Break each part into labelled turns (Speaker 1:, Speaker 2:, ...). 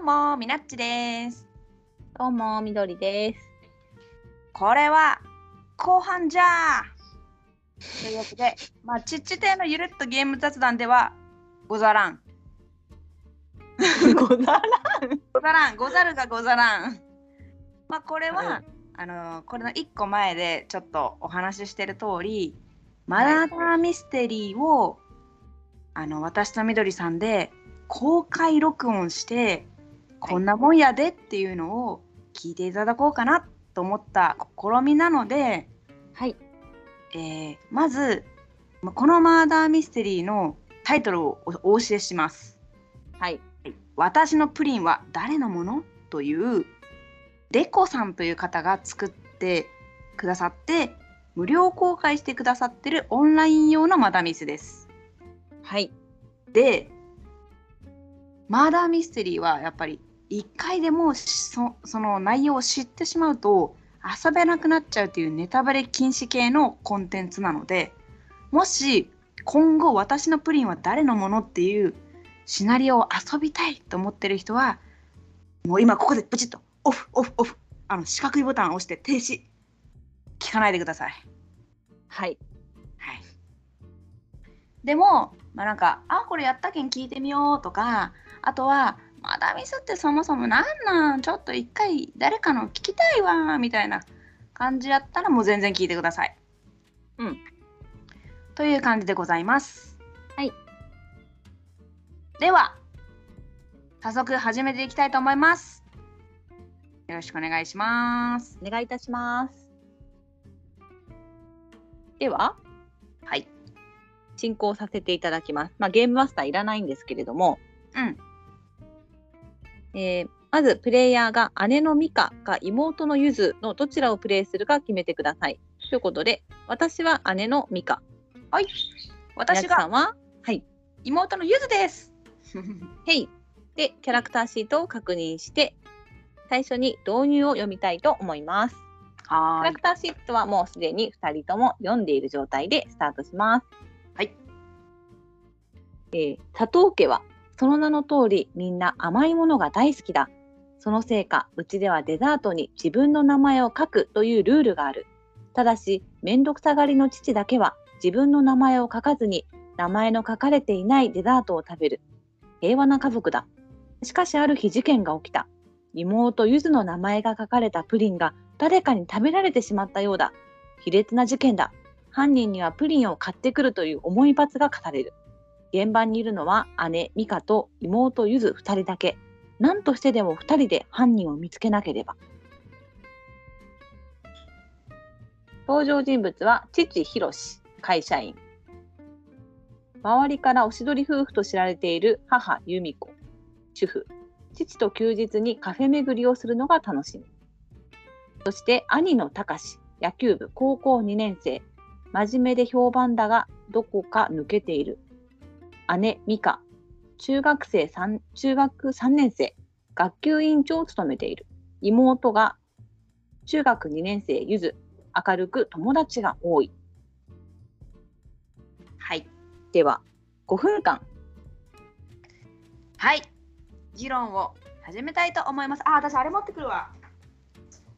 Speaker 1: もみなっちです
Speaker 2: どうも、みどりです。
Speaker 1: これは後半じゃというわけでまあちっちてのゆるっとゲーム雑談ではござらん
Speaker 2: ござら
Speaker 1: ござらんござるがござらんまあこれは、
Speaker 2: はい
Speaker 1: あのーこれの1個前でちょっとお話ししてる通りマダダミステリーをあの私とみどりさんで公開録音してこんなもんやでっていうのを聞いていただこうかなと思った試みなので、
Speaker 2: はい。
Speaker 1: えーまずまあこのマーダーミステリーのタイトルをおお教えします。
Speaker 2: はい。
Speaker 1: 私のプリンは誰のものというデコさんという方が作ってくださって無料公開してくださってるオンライン用のマダミスです。
Speaker 2: はい。
Speaker 1: でマーダーミステリーはやっぱり1回でもそその内容を知ってしまうと遊べなくなっちゃうというネタバレ禁止系のコンテンツなのでもし今後私のプリンは誰のものっていうシナリオを遊びたいと思ってる人はもう今ここでブチッとオフオフオフあの四角いボタンを押して停止聞かないでください。
Speaker 2: はい。
Speaker 1: はい、でも、まあ、なんかあこれやったけん聞いてみようとかあとはマダミスってそもそもなんなんちょっと一回誰かの聞きたいわみたいな感じやったらもう全然聞いてください。
Speaker 2: うん、
Speaker 1: という感じでございます。
Speaker 2: はい、
Speaker 1: では早速始めていきたいと思います。よろしくお願いします。
Speaker 2: お願いいたします。では、
Speaker 1: はい。
Speaker 2: 進行させていただきます。まあ、ゲームマスターいらないんですけれども、
Speaker 1: うん。
Speaker 2: えーまずプレイヤーが姉のミカか妹のユズのどちらをプレイするか決めてください。ということで、私は姉のミカ、
Speaker 1: はい。私
Speaker 2: みなっちさ
Speaker 1: が
Speaker 2: んは
Speaker 1: 妹のゆず です。
Speaker 2: ヘイでキャラクターシートを確認して、最初に導入を読みたいと思います。キャ
Speaker 1: は
Speaker 2: ラクターシートはもうすでに2人とも読んでいる状態でスタートします。
Speaker 1: はい。
Speaker 2: えー佐藤家はその名の通りみんな甘いものが大好きだ。そのせいかうちではデザートに自分の名前を書くというルールがある。ただし面倒くさがりの父だけは自分の名前を書かずに名前の書かれていないデザートを食べる。平和な家族だ。しかしある日事件が起きた。妹ゆずの名前が書かれたプリンが誰かに食べられてしまったようだ。卑劣な事件だ。犯人にはプリンを買ってくるという重い罰が課される。現場にいるのは姉美香と妹ゆず2人だけ。何としてでも2人で犯人を見つけなければ。登場人物は父ひろし会社員。周りからおしどり夫婦と知られている母由美子主婦。父と休日にカフェ巡りをするのが楽しみ。そして兄の隆志野球部高校2年生真面目で評判だがどこか抜けている姉美香中学生3中学3年生学級委員長を務めている妹が中学2年生ゆず明るく友達が多い
Speaker 1: はい。
Speaker 2: では5分間
Speaker 1: はい。議論を始めたいと思います。あ、私あれ持ってくるわ。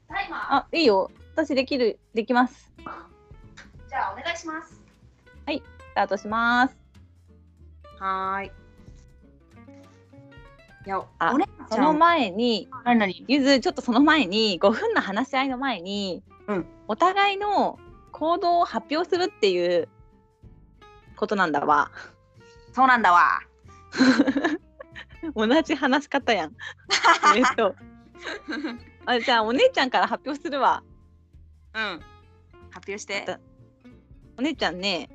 Speaker 1: タイマー。
Speaker 2: あいいよ私できるできます
Speaker 1: じゃあお願いします。
Speaker 2: スタートします
Speaker 1: はーい。いや、
Speaker 2: あ
Speaker 1: お姉
Speaker 2: そ
Speaker 1: ちゃ
Speaker 2: の
Speaker 1: ん。
Speaker 2: 前に
Speaker 1: 何何
Speaker 2: ゆずちょっとその前に5分の話し合いの前に、
Speaker 1: うん
Speaker 2: お互いの行動を発表するっていうことなんだわ
Speaker 1: そうなんだわ。
Speaker 2: 同じ話し 方やんえっとあじゃあお姉ちゃんから発表するわ
Speaker 1: うん。発表して。
Speaker 2: お姉ちゃんね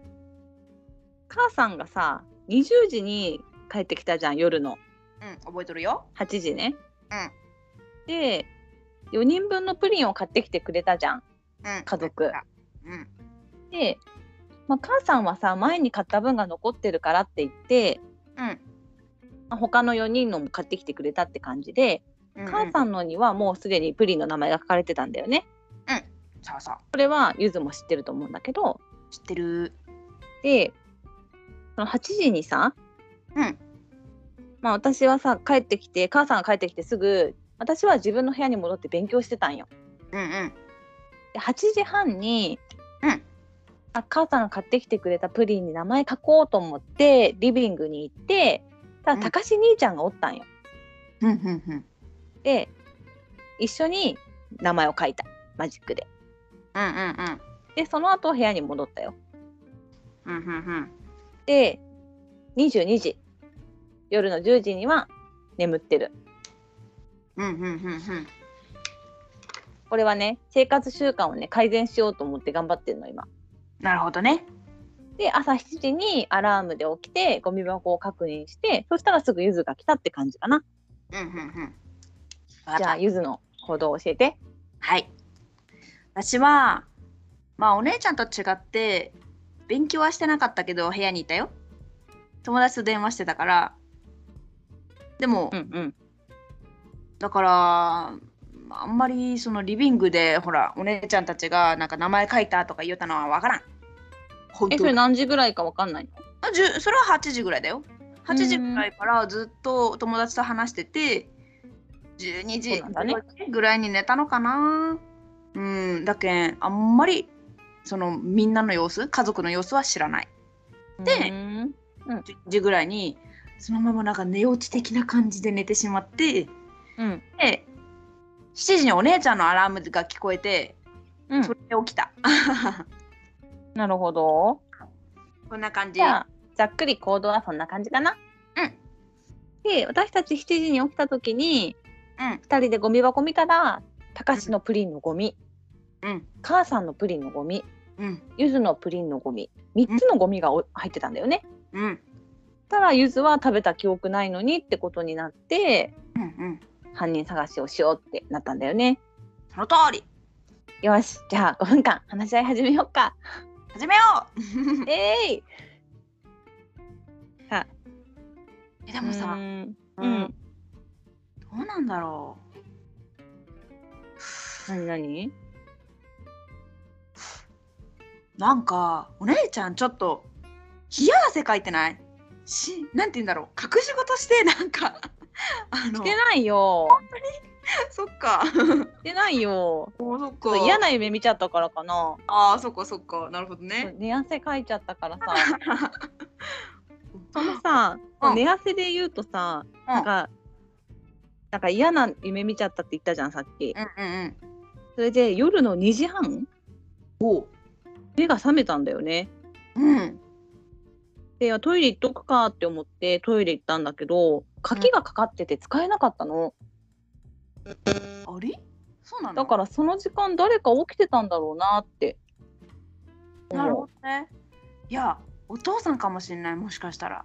Speaker 2: 母さんがさ20時に帰ってきたじゃん夜の
Speaker 1: うん、覚えとるよ。
Speaker 2: 8時ね
Speaker 1: うん
Speaker 2: で4人分のプリンを買ってきてくれたじゃん
Speaker 1: うん。
Speaker 2: 家族
Speaker 1: うん。
Speaker 2: で、まあ、母さんはさ前に買った分が残ってるからって言って
Speaker 1: うん。
Speaker 2: まあ他の4人のも買ってきてくれたって感じで、
Speaker 1: うん
Speaker 2: 母さんのにはもうすでにプリンの名前が書かれてたんだよね。
Speaker 1: うん。そうそう。
Speaker 2: これはゆずも知ってると思うんだけど
Speaker 1: 知ってる。
Speaker 2: でその8時にさ
Speaker 1: うん。
Speaker 2: まあ私はさ帰ってきて母さんが帰ってきてすぐ私は自分の部屋に戻って勉強してたんよ。
Speaker 1: うんうん
Speaker 2: で8時半に、
Speaker 1: うん
Speaker 2: あ母さんが買ってきてくれたプリンに名前書こうと思ってリビングに行ってた
Speaker 1: うん
Speaker 2: だ高志兄ちゃんがおったんよ。
Speaker 1: うんうんうん
Speaker 2: で一緒に名前を書いたマジックで。
Speaker 1: うんうんうん
Speaker 2: でその後部屋に戻ったよ。
Speaker 1: うんうんうん
Speaker 2: で22時夜の10時には眠ってる。
Speaker 1: うんうんうんうん
Speaker 2: これはね生活習慣をね改善しようと思って頑張ってるの今。
Speaker 1: なるほどね
Speaker 2: で朝7時にアラームで起きてゴミ箱を確認してそしたらすぐゆずが来たって感じかな。
Speaker 1: うんうんうん
Speaker 2: じゃあゆずの行動を教えて。
Speaker 1: はい。私は、まあお姉ちゃんと違って、勉強はしてなかったけど部屋にいたよ。友達と電話してたから。でも、
Speaker 2: んうん。
Speaker 1: だから、まああんまりそのリビングで、ほら、お姉ちゃんたちがなんか名前書いたとか言ったのはわからん。本
Speaker 2: え
Speaker 1: 当
Speaker 2: それ何時ぐらいかわかんないの？
Speaker 1: あじゅそれは8時ぐらいだよ。8時ぐらいからずっと友達と話してて、12
Speaker 2: そう
Speaker 1: 時
Speaker 2: なんだね
Speaker 1: ぐらいに寝たのかな。うん、だけん、あんまりそのみんなの様子、家族の様子は知らない。で
Speaker 2: うん
Speaker 1: 10時ぐらいに、そのままなんか寝落ち的な感じで寝てしまって、
Speaker 2: うん
Speaker 1: で、7時にお姉ちゃんのアラームが聞こえて、
Speaker 2: うん
Speaker 1: それで起きた。
Speaker 2: なるほど。
Speaker 1: こんな感じ。
Speaker 2: じゃあざっくり行動はそんな感じかな。
Speaker 1: うん。
Speaker 2: で私たち7時に起きた時に
Speaker 1: うん、
Speaker 2: 2人でゴミ箱見たらたかしのプリンのゴミ、
Speaker 1: うん、
Speaker 2: 母さんのプリンのゴミ
Speaker 1: うん、
Speaker 2: ゆずのプリンのゴミ3つのゴミがお入ってたんだよね。
Speaker 1: うん、
Speaker 2: たらゆずは食べた記憶ないのにってことになって
Speaker 1: うん、うん。
Speaker 2: 犯人探しをしようってなったんだよね。
Speaker 1: その通り
Speaker 2: よしじゃあ5分間話し合い始めようか。
Speaker 1: 始めよう
Speaker 2: えい、
Speaker 1: えでもさ、
Speaker 2: うん
Speaker 1: う
Speaker 2: うん
Speaker 1: ん、どうなんだろ
Speaker 2: 何何
Speaker 1: うなんかお姉ちゃんちょっと冷や汗かいてないしなんて言うんだろう隠し事してなんか あの
Speaker 2: してないよ
Speaker 1: そっか
Speaker 2: してないよ
Speaker 1: おそっ
Speaker 2: ちょっ
Speaker 1: か
Speaker 2: と嫌な夢見ちゃったからかな
Speaker 1: あーそっかそっかなるほどね
Speaker 2: 寝汗かいちゃったからさ その
Speaker 1: う
Speaker 2: さ、
Speaker 1: うん
Speaker 2: 寝汗で言うとさなんかなんか嫌な夢見ちゃったって言ったじゃんさっき
Speaker 1: ん うんうん
Speaker 2: それで夜の2時半目が覚めたんだよね
Speaker 1: うんうん
Speaker 2: でトイレ行っとくかって思ってトイレ行ったんだけど鍵がかかってて使えなかったの、
Speaker 1: あれそうなの
Speaker 2: だからその時間誰か起きてたんだろうなって
Speaker 1: なる
Speaker 2: 思
Speaker 1: ほどねいやお父さんかもしれないもしかしたら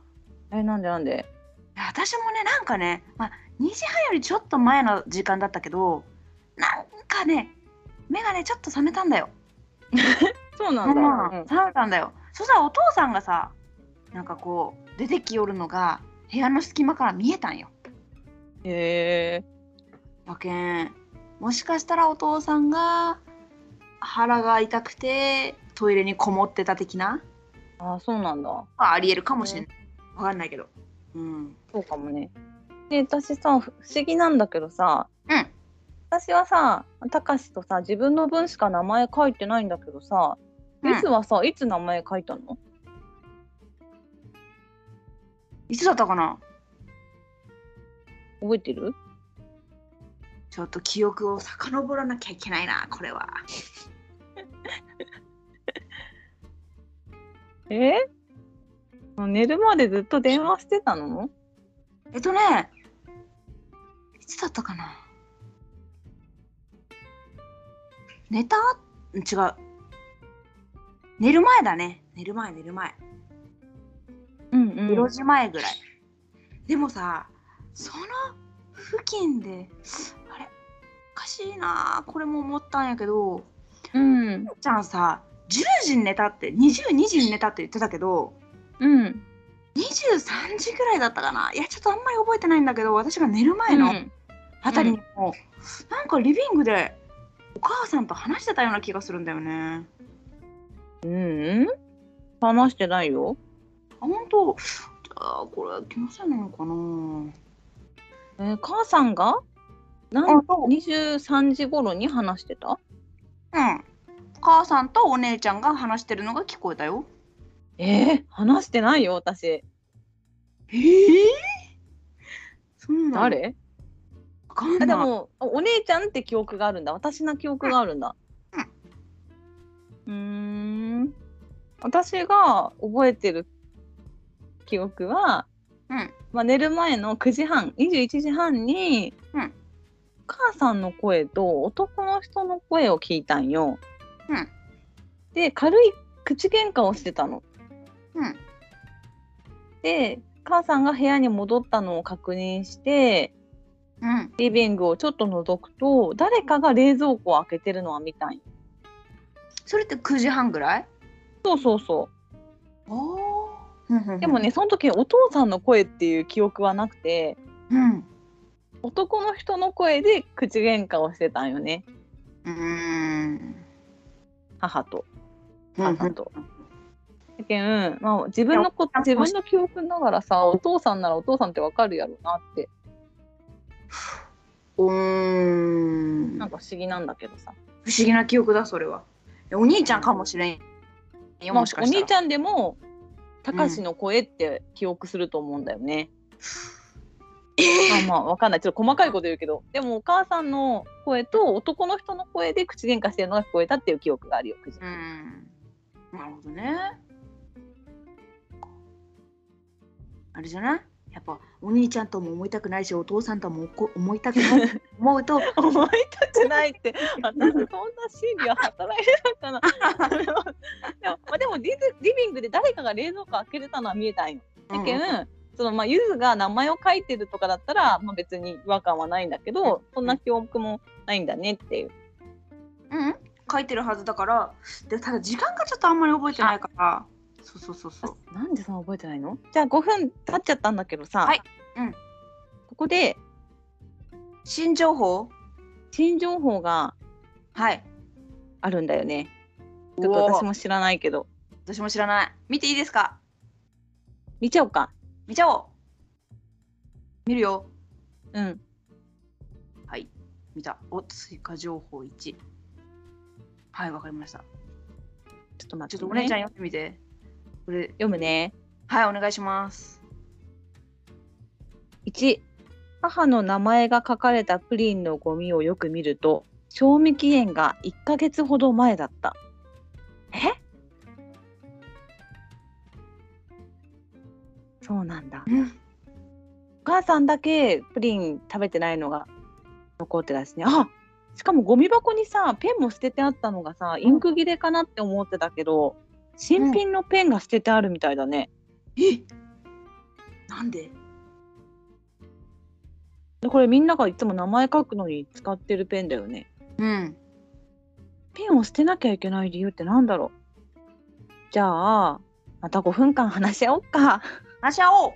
Speaker 2: うえなんでなんで
Speaker 1: いや私もねなんかね、まあ、2時半よりちょっと前の時間だったけどなんかね目がねちょっと覚めたんだよ。
Speaker 2: そうな
Speaker 1: うん
Speaker 2: だ、
Speaker 1: ん覚めたんだよ。そしたらお父さんがさなんかこう出てきよるのが部屋の隙間から見えたんよ。
Speaker 2: へえ
Speaker 1: だけんもしかしたらお父さんが腹が痛くてトイレにこもってた的な
Speaker 2: あそうなんだ
Speaker 1: あありえるかもしれない。わかんないけど。うん。
Speaker 2: そうかもねで私さ不思議なんだけどさ、
Speaker 1: うん
Speaker 2: 私はさたかしとさ自分の分しか名前書いてないんだけどさ
Speaker 1: うん
Speaker 2: いつはさ、いつ名前書いたの
Speaker 1: いつだったかな
Speaker 2: 覚えてる
Speaker 1: ちょっと記憶を遡らなきゃいけないなこれは。
Speaker 2: えもう寝るまでずっと電話してたの
Speaker 1: えっとね、いつだったかな寝た違う。寝る前だね。寝る前、寝る前。
Speaker 2: うんう
Speaker 1: 0時前ぐらい。でもさ、その付近で、あれ、おかしいなこれも思ったんやけど、
Speaker 2: うん
Speaker 1: ちゃんさ、10時に寝たって、22時に寝たって言ってたけど、
Speaker 2: うん
Speaker 1: 23時ぐらいだったかな。いや、ちょっとあんまり覚えてないんだけど、私が寝る前の、
Speaker 2: うん
Speaker 1: あたりにも、なんかリビングでお母さんと話してたような気がするんだよね。
Speaker 2: うん話してないよ
Speaker 1: あ本当あーこれは気のせいなのかな
Speaker 2: えー母さんがなん
Speaker 1: あそう
Speaker 2: 23時頃に話してた
Speaker 1: うん。母さんとお姉ちゃんが話してるのが聞こえたよ。
Speaker 2: えー、話してないよ私
Speaker 1: ええそんなの
Speaker 2: 誰
Speaker 1: わかんな
Speaker 2: あ
Speaker 1: い。
Speaker 2: でもあお姉ちゃんって記憶があるんだ私の記憶があるんだうーん私が覚えてる記憶は、
Speaker 1: うん
Speaker 2: まあ、寝る前の9時半21時半に、
Speaker 1: うん
Speaker 2: 母さんの声と男の人の声を聞いたんよ、
Speaker 1: うん
Speaker 2: で軽い口喧嘩をしてたの
Speaker 1: うん。
Speaker 2: で母さんが部屋に戻ったのを確認して
Speaker 1: うん。
Speaker 2: リビングをちょっと覗くと誰かが冷蔵庫を開けてるのは見たんよ
Speaker 1: それって9時半ぐらい
Speaker 2: そうそうそ
Speaker 1: おー
Speaker 2: うでも、ねその時お父さんの声っていう記憶はなくて
Speaker 1: うん。
Speaker 2: 男の人の声で口喧嘩をしてたんよね
Speaker 1: うーん。
Speaker 2: 母と
Speaker 1: うんうん
Speaker 2: 母と。だけん、まあ、自分のこ
Speaker 1: いや
Speaker 2: 自分の記憶ながらさお父さんならお父さんってわかるやろなって
Speaker 1: うーん。
Speaker 2: なんか不思議なんだけどさ、
Speaker 1: 不思議な記憶だ、それは。えお兄ちゃんかもしれんよ。
Speaker 2: まあ
Speaker 1: もしか
Speaker 2: お
Speaker 1: したら。
Speaker 2: 兄ちゃんでもたかしの声って記憶すると思うんだよね。まあまあわかんないちょっと細かいこと言うけどでもお母さんの声と男の人の声で口喧嘩してるのが聞こえたっていう記憶があるよ。
Speaker 1: うー ん。なるほどね。あれじゃないやっぱお兄ちゃんとも思いたくないしお父さんともこ思いたくない思 うと
Speaker 2: 思いたくないって私そんな心理は働いてたかな。 でもまあでもリズリビングで誰かが冷蔵庫開けてたのは見えたんよ。だけん、そのまあゆずが名前を書いてるとかだったら、まあ、別に違和感はないんだけど、そんな記憶もないんだねっていう。
Speaker 1: うん、うん、書いてるはずだからでただ時間がちょっとあんまり覚えてないからそうそうそうそう
Speaker 2: なんでそんな覚えてないのじゃあ5分経っちゃったんだけどさ、
Speaker 1: はいうん
Speaker 2: ここで
Speaker 1: 新情報
Speaker 2: 新情報が
Speaker 1: はい
Speaker 2: あるんだよねち
Speaker 1: ち
Speaker 2: ょ
Speaker 1: ょ
Speaker 2: っ
Speaker 1: っと
Speaker 2: と
Speaker 1: 私
Speaker 2: 私
Speaker 1: も
Speaker 2: も知らないけど
Speaker 1: 私も知らない見ていいですか
Speaker 2: 見ちゃおうか
Speaker 1: 見ちゃおう見るよ
Speaker 2: うん
Speaker 1: はい見たお追加情報1はいわかりました
Speaker 2: ちょっと待
Speaker 1: ちょ
Speaker 2: っ、
Speaker 1: ってと
Speaker 2: ね、
Speaker 1: お姉ちゃん読んでみてこれ
Speaker 2: 読むね
Speaker 1: はい、お願いします。
Speaker 2: 1母の名前が書かれたプリンのゴミをよく見ると賞味期限が1ヶ月ほど前だったえそうなんだ
Speaker 1: うん、
Speaker 2: お母さんだけプリン食べてないのが残ってたですねあしかもゴミ箱にさペンも捨ててあったのがさインク切れかなって思ってたけど新品のペンが捨ててあるみたいだね、
Speaker 1: えなんで
Speaker 2: でこれみんながいつも名前書くのに使ってるペンだよね
Speaker 1: うん。
Speaker 2: ペンを捨てなきゃいけない理由ってなんだろうじゃあまた5分間話し合おっか
Speaker 1: 話し合おう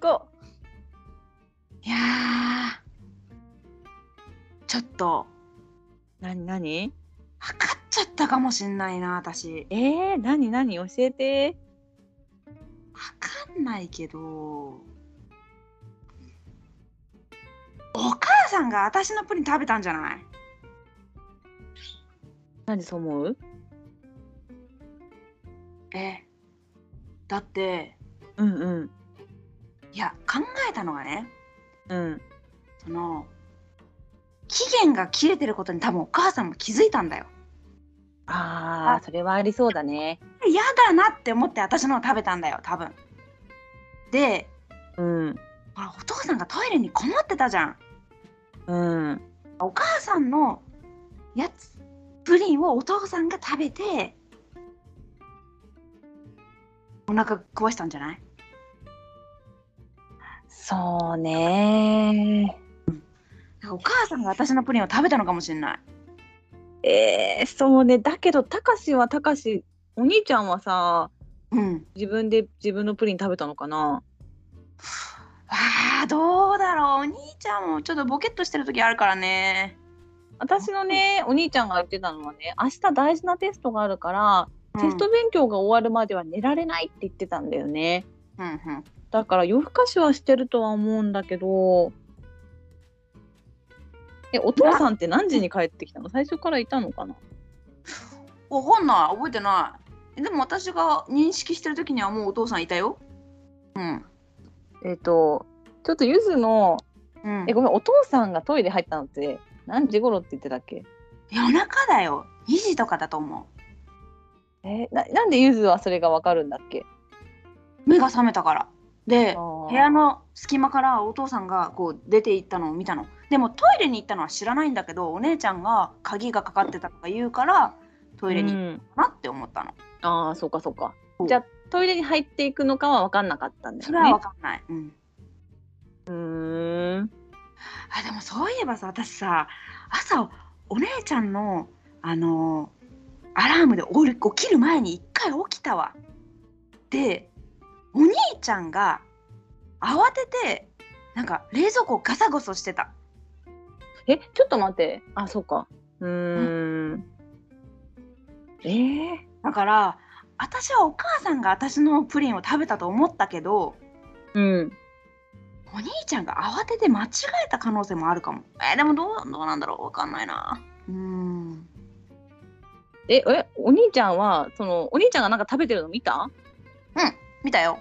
Speaker 2: 5
Speaker 1: いやーちょっと、
Speaker 2: 何何
Speaker 1: 分かっちゃったかもしんないな、私。
Speaker 2: えー、何何教えて
Speaker 1: 分かんないけど、お母さんが私のプリン食べたんじゃない
Speaker 2: 何そう思う
Speaker 1: え、だって、
Speaker 2: うんうん
Speaker 1: いや、考えたのがね、
Speaker 2: うん
Speaker 1: その、期限が切れてることに多分お母さんも気づいたんだよ。
Speaker 2: あーそれはありそうだね
Speaker 1: 嫌だなって思って私のを食べたんだよ多分で
Speaker 2: うん
Speaker 1: ほらお父さんがトイレにこもってたじゃん
Speaker 2: うん
Speaker 1: お母さんのやつプリンをお父さんが食べてお腹壊したんじゃない
Speaker 2: そうね
Speaker 1: だからお母さんが私のプリンを食べたのかもしれない
Speaker 2: えー、そうねだけどたかしはたかしお兄ちゃんはさ
Speaker 1: うん
Speaker 2: 自分で自分のプリン食べたのかな
Speaker 1: あーどうだろうお兄ちゃんもちょっとボケっとしてる時あるからね
Speaker 2: 私のねお兄ちゃんが言ってたのはね明日大事なテストがあるから、テスト勉強が終わるまでは寝られないって言ってたんだよね
Speaker 1: うんうんうん。
Speaker 2: だから夜更かしはしてるとは思うんだけどえお父さんって何時に帰ってきたの最初からいたのかな
Speaker 1: わかんない覚えてないえでも私が認識してる時にはもうお父さんいたようん
Speaker 2: えっ、とちょっとゆずの
Speaker 1: うん
Speaker 2: えごめんお父さんがトイレ入ったのって何時頃って言ってたっけ
Speaker 1: 夜中だよ2時とかだと思
Speaker 2: えななんでゆずはそれがわかるんだっけ
Speaker 1: う目が覚めたからで部
Speaker 2: 部
Speaker 1: 屋の隙間からお父さんがこう出て行ったのを見たのでもトイレに行ったのは知らないんだけどお姉ちゃんが鍵がかかってたとか言うからトイレに行っ
Speaker 2: ん、
Speaker 1: たなって思ったの、
Speaker 2: ああそうかそうか
Speaker 1: そう
Speaker 2: じゃあトイレに入っていくのかは分かんなかったんだ
Speaker 1: そ
Speaker 2: よ
Speaker 1: れは分
Speaker 2: ね
Speaker 1: かんない、うん
Speaker 2: うーん
Speaker 1: あでもそういえばさ私さ朝お姉ちゃんのあのアラームでおり起きる前に一回起きたわ。でお兄ちゃんが慌ててなんか冷蔵庫をガサゴソしてた。
Speaker 2: えちょっと待ってあそうかうーんえー、
Speaker 1: だから私はお母さんが私のプリンを食べたと思ったけど
Speaker 2: うん
Speaker 1: お兄ちゃんが慌てて間違えた可能性もあるかも。えーでもどうどうなんだろうわかんないな。うーん
Speaker 2: ええお兄ちゃんはそのお兄ちゃんがなんか食べてるの見た
Speaker 1: 見たよ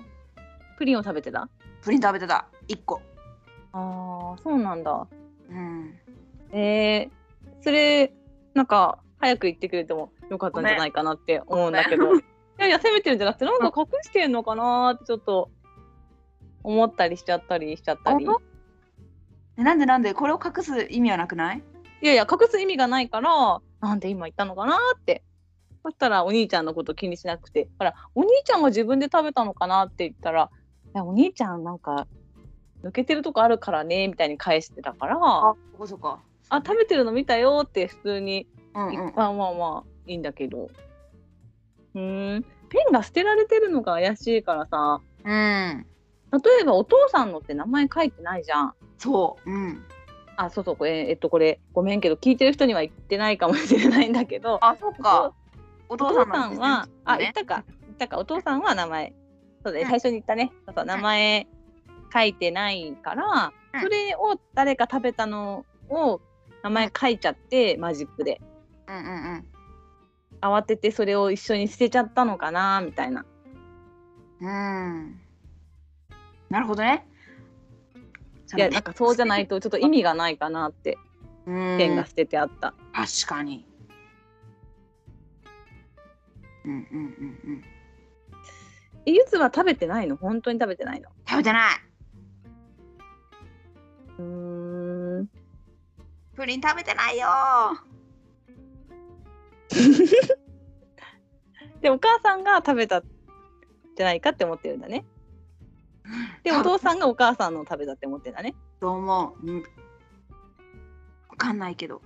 Speaker 2: プリンを食べてた
Speaker 1: プリン食べてた1個。
Speaker 2: あーそうなんだ
Speaker 1: うん
Speaker 2: えー、それなんか早く言ってくれてもよかったんじゃないかなって思うんだけどいやいや責めてるんじゃなくてなんか隠してんのかなーってちょっと思ったりしちゃったりしちゃったり
Speaker 1: 本えなんでなんでこれを隠す意味はなくない
Speaker 2: いやいや隠す意味がないからなんで今言ったのかなーってそしたらお兄ちゃんのこと気にしなくてほらお兄ちゃんが自分で食べたのかなって言ったら「いやお兄ちゃんなんか抜けてるとこあるからね」みたいに返してたから「
Speaker 1: そこそこ。
Speaker 2: あ食べてるの見たよ」って普通に
Speaker 1: うんうん。
Speaker 2: まあまあまあいいんだけどうーんペンが捨てられてるのが怪しいからさ
Speaker 1: うん。
Speaker 2: 例えばお父さんのって名前書いてないじゃん
Speaker 1: そう。うん。
Speaker 2: あそうそうこれえっとこれごめんけど聞いてる人には言ってないかもしれないんだけど
Speaker 1: あ、そっか。お
Speaker 2: お
Speaker 1: 父さん
Speaker 2: 父さ
Speaker 1: なん
Speaker 2: ん
Speaker 1: ですね
Speaker 2: は、あ言っ。
Speaker 1: き
Speaker 2: たか言ったかお父さんは名前そうだね
Speaker 1: うん
Speaker 2: 最初に言ったねそうそう名前書いてないから
Speaker 1: うん
Speaker 2: それを誰か食べたのを名前書いちゃってマジックで
Speaker 1: とねうんうんうん。
Speaker 2: 慌ててそれを一緒に捨てちゃったのかなみたいな
Speaker 1: うん。なるほどね。
Speaker 2: いやなんかそうじゃない
Speaker 1: と。
Speaker 2: とちょっと意味がないかなって
Speaker 1: う
Speaker 2: ペンが
Speaker 1: ん。
Speaker 2: 捨ててあった、
Speaker 1: 確かに。うんうんうんうん。
Speaker 2: えゆずは食べてないの本当に食べてないの
Speaker 1: 食べてない。
Speaker 2: うーん
Speaker 1: プリン食べてないよ。
Speaker 2: でお母さんが食べたんじゃないかって思ってるんだねでお父さんがお母さんのを食べたって思ってるんだね
Speaker 1: どう思う、うん、わかんないけど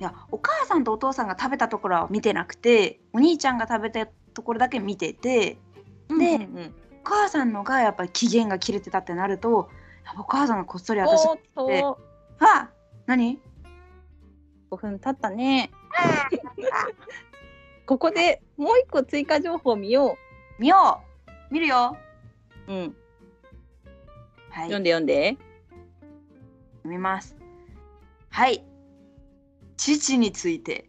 Speaker 1: いやお母さんとお父さんが食べたところは見てなくてお兄ちゃんが食べたところだけ見ててで
Speaker 2: うんうんうん
Speaker 1: お母さんのがやっぱり期限が切れてたってなるとやっぱお母さんがこっそり私
Speaker 2: おーっと
Speaker 1: は何
Speaker 2: 5分経ったねここでもう一個追加情報見よ
Speaker 1: 見よう見るよ
Speaker 2: う、うん、
Speaker 1: はい
Speaker 2: 読んで読んで
Speaker 1: 見ますはい父について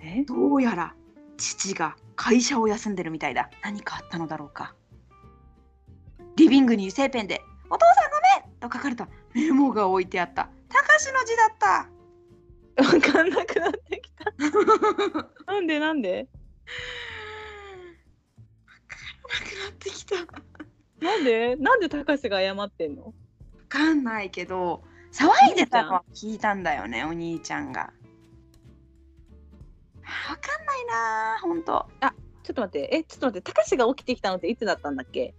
Speaker 2: え
Speaker 1: どうやら父が会社を休んでるみたいだ。何かあったのだろうか。リビングに油性ペンで「お父さんごめん!」と書かれたメモが置いてあった。たかしの字だっ
Speaker 2: 分かんなくなってきた
Speaker 1: た。なく
Speaker 2: なんでなんで
Speaker 1: なってきた。わ
Speaker 2: なんでなんで高橋が謝ってんの
Speaker 1: かんないけど騒いでたのは聞いたんだよねお兄ちゃんが。わかんないなあほんと。
Speaker 2: ちょっと待って、え、ちょっと待って、たかしが起きてきたのっていつだったんだっけ？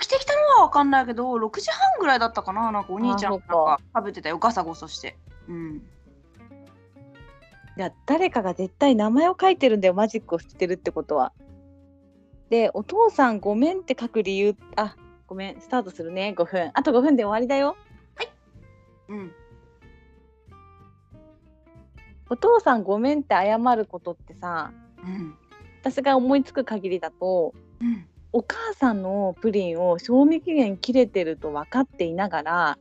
Speaker 1: 起きてきたのはわかんないけど6時半ぐらいだったかななんかお兄ちゃんがなん
Speaker 2: あ
Speaker 1: か食べてたよガサゴソして。うん
Speaker 2: いや、誰かが絶対名前を書いてるんだよ、マジックをしてるってことは。で、お父さんごめんって書く理由、あ、ごめん、スタートするね、5分。あと5分で終わりだよ。
Speaker 1: うん
Speaker 2: お父さんごめんって謝ることってさ、
Speaker 1: うん
Speaker 2: 私が思いつく限りだと、
Speaker 1: うん
Speaker 2: お母さんのプリンを賞味期限切れてると分かっていながら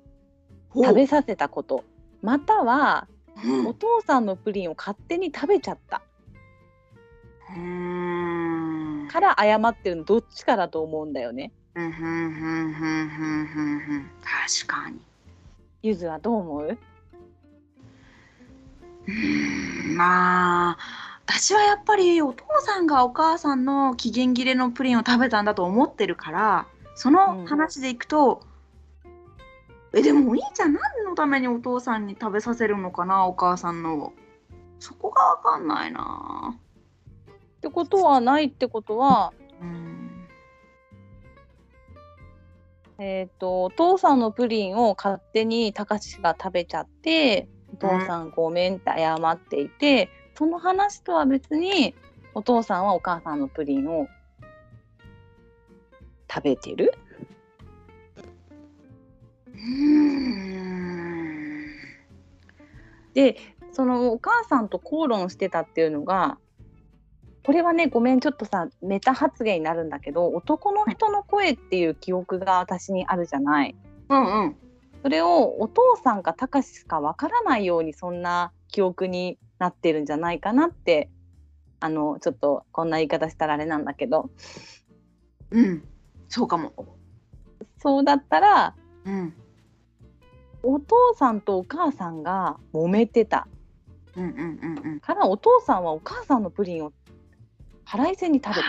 Speaker 2: 食べさせたことまたは
Speaker 1: うん
Speaker 2: お父さんのプリンを勝手に食べちゃった
Speaker 1: うーん
Speaker 2: から謝ってるのどっちかだと思うんだよね。
Speaker 1: うんふんふんふんふんふんふん確かに
Speaker 2: ゆずはどう思う
Speaker 1: うーんまあ私はやっぱりお父さんがお母さんの期限切れのプリンを食べたんだと思ってるからその話でいくと、えでもお兄ちゃん何のためにお父さんに食べさせるのかなお母さんのをそこが分かんないな
Speaker 2: ってことはないってことは、
Speaker 1: うん
Speaker 2: えー、とお父さんのプリンを勝手にたかしが食べちゃってお父さんごめんって謝っていて、その話とは別にお父さんはお母さんのプリンを食べてる
Speaker 1: うーん
Speaker 2: でそのお母さんと口論してたっていうのがこれはねごめんちょっとさメタ発言になるんだけど男の人の声っていう記憶が私にあるじゃない。
Speaker 1: うんうん
Speaker 2: それをお父さんかたかししかわからないようにそんな記憶になってるんじゃないかなってあのちょっとこんな言い方したらあれなんだけど
Speaker 1: うんそうかも
Speaker 2: そうだったら
Speaker 1: うん
Speaker 2: お父さんとお母さんが揉めてた
Speaker 1: うんうんうんうん
Speaker 2: からお父さんはお母さんのプリンを腹いせに食べ
Speaker 1: し
Speaker 2: た
Speaker 1: て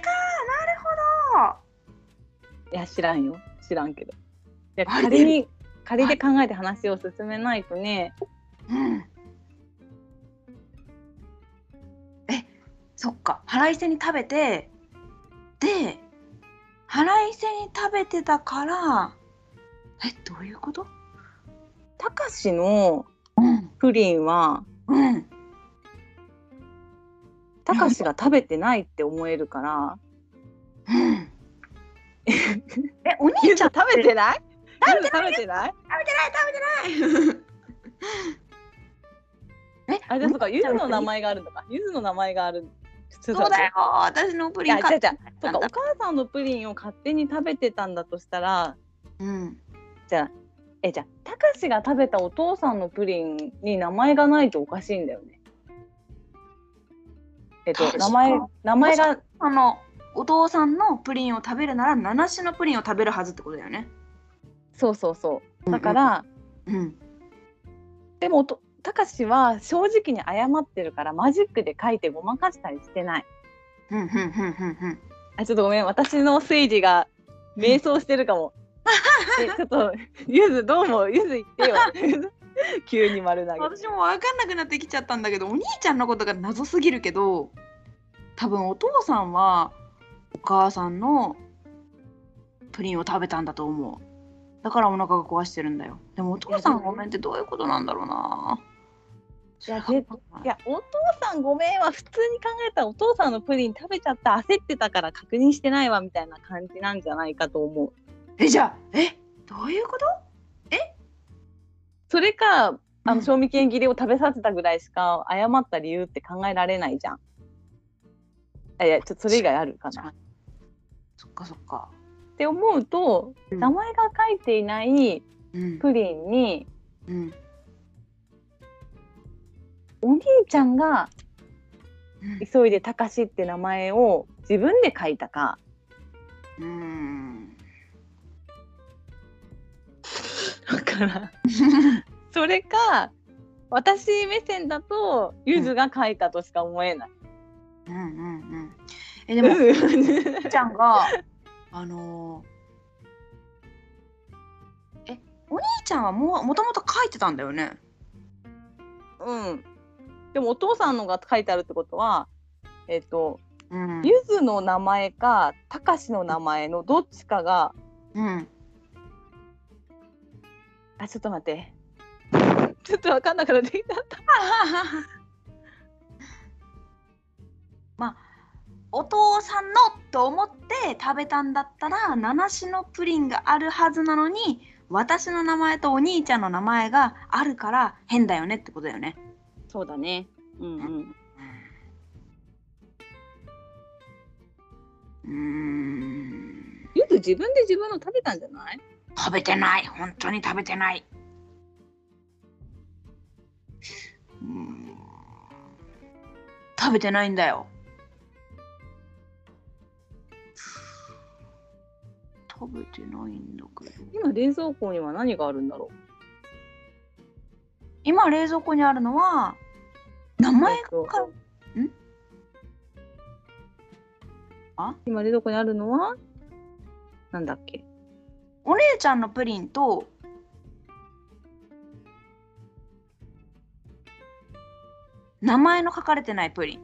Speaker 1: かなるほど
Speaker 2: いや知らんよ知らんけどいや
Speaker 1: あれ
Speaker 2: 仮に仮で考えて話を進めないとね
Speaker 1: うんえそっか腹いせに食べてで腹いせに食べてたからえどういうこと
Speaker 2: たかしの
Speaker 1: うん
Speaker 2: プリンは
Speaker 1: うん
Speaker 2: たかしが食べてないって思えるから。
Speaker 1: うんえお兄
Speaker 2: ゆ
Speaker 1: ち
Speaker 2: ず
Speaker 1: ゃん
Speaker 2: 食べて
Speaker 1: る
Speaker 2: ないゆず食べてない
Speaker 1: 食べてないえ
Speaker 2: あ、じゃあそうか、ゆずの
Speaker 1: 前
Speaker 2: 名前があるのか。ゆずの名前がある。そ
Speaker 1: そうだよ。私のプ
Speaker 2: い
Speaker 1: リ
Speaker 2: や、
Speaker 1: ン
Speaker 2: 違う違う。
Speaker 1: て
Speaker 2: そうか、お母さんのプリンを勝手に食べてたんだとしたら、
Speaker 1: うん
Speaker 2: じゃあ、え、じゃあ、たかしが食べたお父さんのプリンに名前がないとおかしいんだよね。えっと
Speaker 1: 確、か
Speaker 2: 名前、名前が、
Speaker 1: あのお父さんのプリンを食べるなら七種のプリンを食べるはずってことだよね
Speaker 2: そうそうそう。だから、
Speaker 1: うん
Speaker 2: でもおと、たかしは正直に謝ってるから、マジックで書いてごまかしたりしてない。
Speaker 1: うんうんうんうんうん
Speaker 2: あちょっとごめん私の推理が迷走してる かも。えちょっとゆずどうもゆず言ってよ。 急に丸投げ。
Speaker 1: 私も分かんなくなってきちゃったんだけどお兄ちゃんのことが謎すぎるけど多分お父さんはお母さんのプリンを食べたんだと思うだからお腹が壊してるんだよでもお父さんごめんってどういうことなんだろうない
Speaker 2: や絶いやお父さんごめんは普通に考えたらお父さんのプリン食べちゃった焦ってたから確認してないわみたいな感じなんじゃないかと思う。
Speaker 1: えじゃあえどういうこと
Speaker 2: それかあ
Speaker 1: うん
Speaker 2: の賞味期限切れを食べさせたぐらいしか謝った理由って考えられないじゃん。あいやちょっとそれ以外あるかな。
Speaker 1: そっかそっか
Speaker 2: って思うと
Speaker 1: うん
Speaker 2: 名前が書いていない
Speaker 1: うん
Speaker 2: プリンに、
Speaker 1: うん
Speaker 2: お兄ちゃんが
Speaker 1: うん
Speaker 2: 急いで「たかし」って名前を自分で書いたか
Speaker 1: うん
Speaker 2: だ からそれか私目線だとゆずが書いたとしか思えない。
Speaker 1: うんうんうんえで
Speaker 2: で
Speaker 1: も
Speaker 2: も
Speaker 1: ゆうちゃんがあのーえお兄ちゃんはもうもともと書いてたんだよね
Speaker 2: うん、でもお父さんのが書いてあるってことは、えっと
Speaker 1: うん
Speaker 2: ゆずの名前かたかしの名前のどっちかが
Speaker 1: うん
Speaker 2: あちょっと待ってちょっと分かんなくなってきた。
Speaker 1: まあお父さんのと思って食べたんだったら七種のプリンがあるはずなのに私の名前とお兄ちゃんの名前があるから変だよねってことだよね。
Speaker 2: そうだね、うんうん、
Speaker 1: うーん
Speaker 2: ゆず自分で自分の食べたんじゃない
Speaker 1: 食べてない本当に食べてないうーん食べてないんだよ食べてないんだけど
Speaker 2: 今冷蔵庫には何があるんだろ
Speaker 1: 今冷蔵庫にあるのは名
Speaker 2: う
Speaker 1: 前
Speaker 2: えっと
Speaker 1: かんあ
Speaker 2: 今冷蔵庫にあるのはなんだっけ
Speaker 1: お姉ちゃんのプリンと名前の書かれてないプリン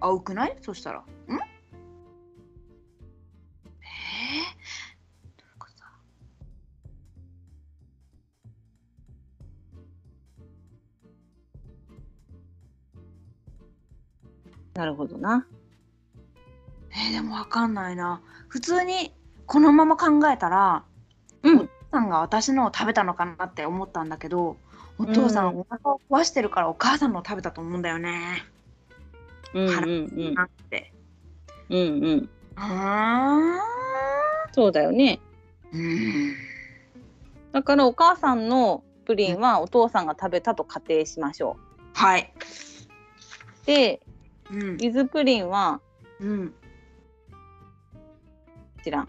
Speaker 1: 青くないそしたらんえー、どういうことだ
Speaker 2: なるほどな
Speaker 1: えーでもわかんないな普通にこのまま考えたら
Speaker 2: うん
Speaker 1: お父さんが私のを食べたのかなって思ったんだけどお父さ
Speaker 2: うんん
Speaker 1: お腹を壊してるからお母さんのを食べたと思うんだよね、
Speaker 2: うんうんうん
Speaker 1: なんて
Speaker 2: うんうん
Speaker 1: あ
Speaker 2: そうだよね
Speaker 1: ーうん
Speaker 2: だからお母さんのプリンはお父さんが食べたと仮定しましょ
Speaker 1: はい、
Speaker 2: うで
Speaker 1: うん
Speaker 2: ゆずプリンは
Speaker 1: うん、
Speaker 2: 知らん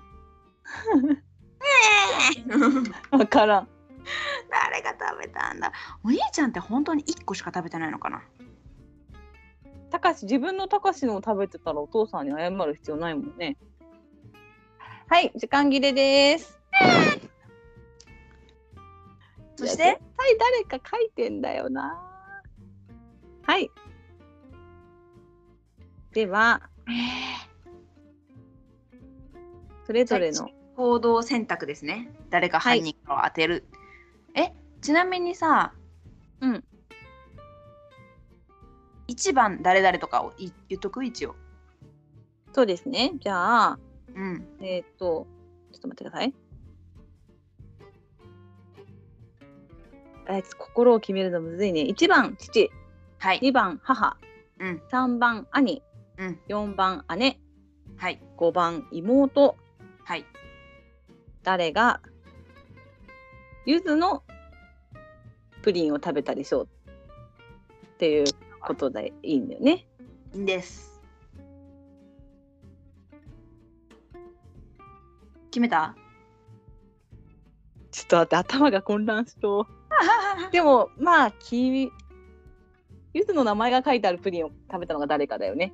Speaker 2: わからん
Speaker 1: 誰が食べたんだお兄ちゃんって本当に1個しか食べてないのかな
Speaker 2: たかし自分のたかしのを食べてたらお父さんに謝る必要ないもんねはい時間切れです
Speaker 1: そし
Speaker 2: いや
Speaker 1: て
Speaker 2: 絶対誰か書いてんだよなはいではそれぞれの
Speaker 1: 行動選択ですね誰が犯人かを当てる、えちなみにさ
Speaker 2: うん
Speaker 1: 1番誰々とかをい言っとく一応
Speaker 2: そうですねじゃあ
Speaker 1: うん
Speaker 2: えーっとちょっと待ってくださいあいつ心を決めるのむずいね1番父
Speaker 1: はい
Speaker 2: 2番母
Speaker 1: うん
Speaker 2: 3番兄
Speaker 1: うん
Speaker 2: 4番姉
Speaker 1: はい
Speaker 2: 5番妹
Speaker 1: はい
Speaker 2: 誰がゆずのプリンを食べたでしょうっていうことでいいんだよね。
Speaker 1: いいんです決めた
Speaker 2: ちょっと待って頭が混乱し そう。でもまあ君ゆずの名前が書いてあるプリンを食べたのが誰かだよね。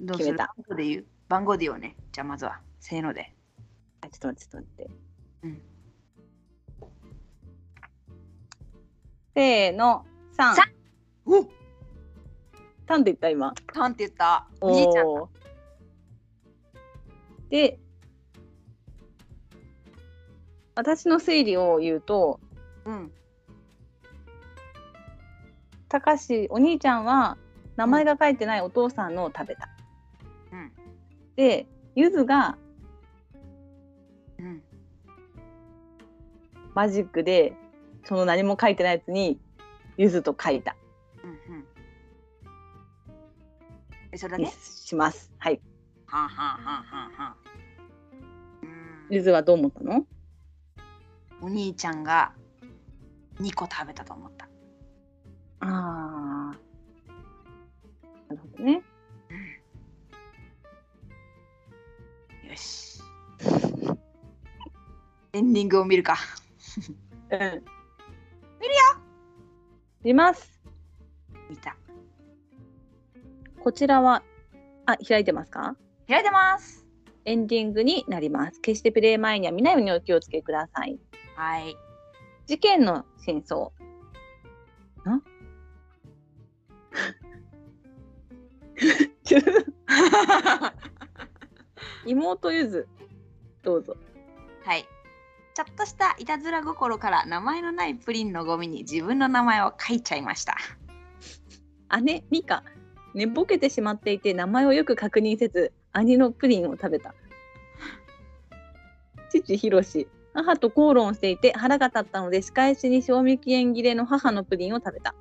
Speaker 1: どう
Speaker 2: 決
Speaker 1: する
Speaker 2: めた
Speaker 1: 番号で言う番号で言おうねじゃあまずはせーので
Speaker 2: あちょっと待ってちょっと待って。
Speaker 1: うん
Speaker 2: せーの3
Speaker 1: さお
Speaker 2: 3で言った今。
Speaker 1: なんて言ったおじいちゃん
Speaker 2: おーで私の推理を言うと
Speaker 1: うん
Speaker 2: たかしお兄ちゃんは名前が書いてないお父さんのを食べた。
Speaker 1: うん
Speaker 2: でゆずが
Speaker 1: うん
Speaker 2: マジックでその何も書いてないやつにゆずと書いた
Speaker 1: うんうんえそれだけ
Speaker 2: にします。はい。
Speaker 1: はんはんはんはんはんうー
Speaker 2: ゆ
Speaker 1: ん
Speaker 2: ずはどう思ったの
Speaker 1: お兄ちゃんが2個食べたと思った
Speaker 2: ああ。なるほどね。
Speaker 1: よ しエンディングを見るか
Speaker 2: うん。見るよ見ます
Speaker 1: 見た
Speaker 2: こちらは、あ、開いてますか
Speaker 1: 開いてます
Speaker 2: エンディングになります。決してプレイ前には見ないようにお気をつけください。
Speaker 1: はい
Speaker 2: 事件の真相。ん ちょ 妹ゆず、どうぞ。
Speaker 1: はいちょっとしたいたずら心から名前のないプリンのゴミに自分の名前を書いちゃいました
Speaker 2: 姉、ミカ、寝ぼけてしまっていて名前をよく確認せず、兄のプリンを食べた。父、ヒロシ、母と口論していて腹が立ったので仕返しに賞味期限切れの母のプリンを食べた。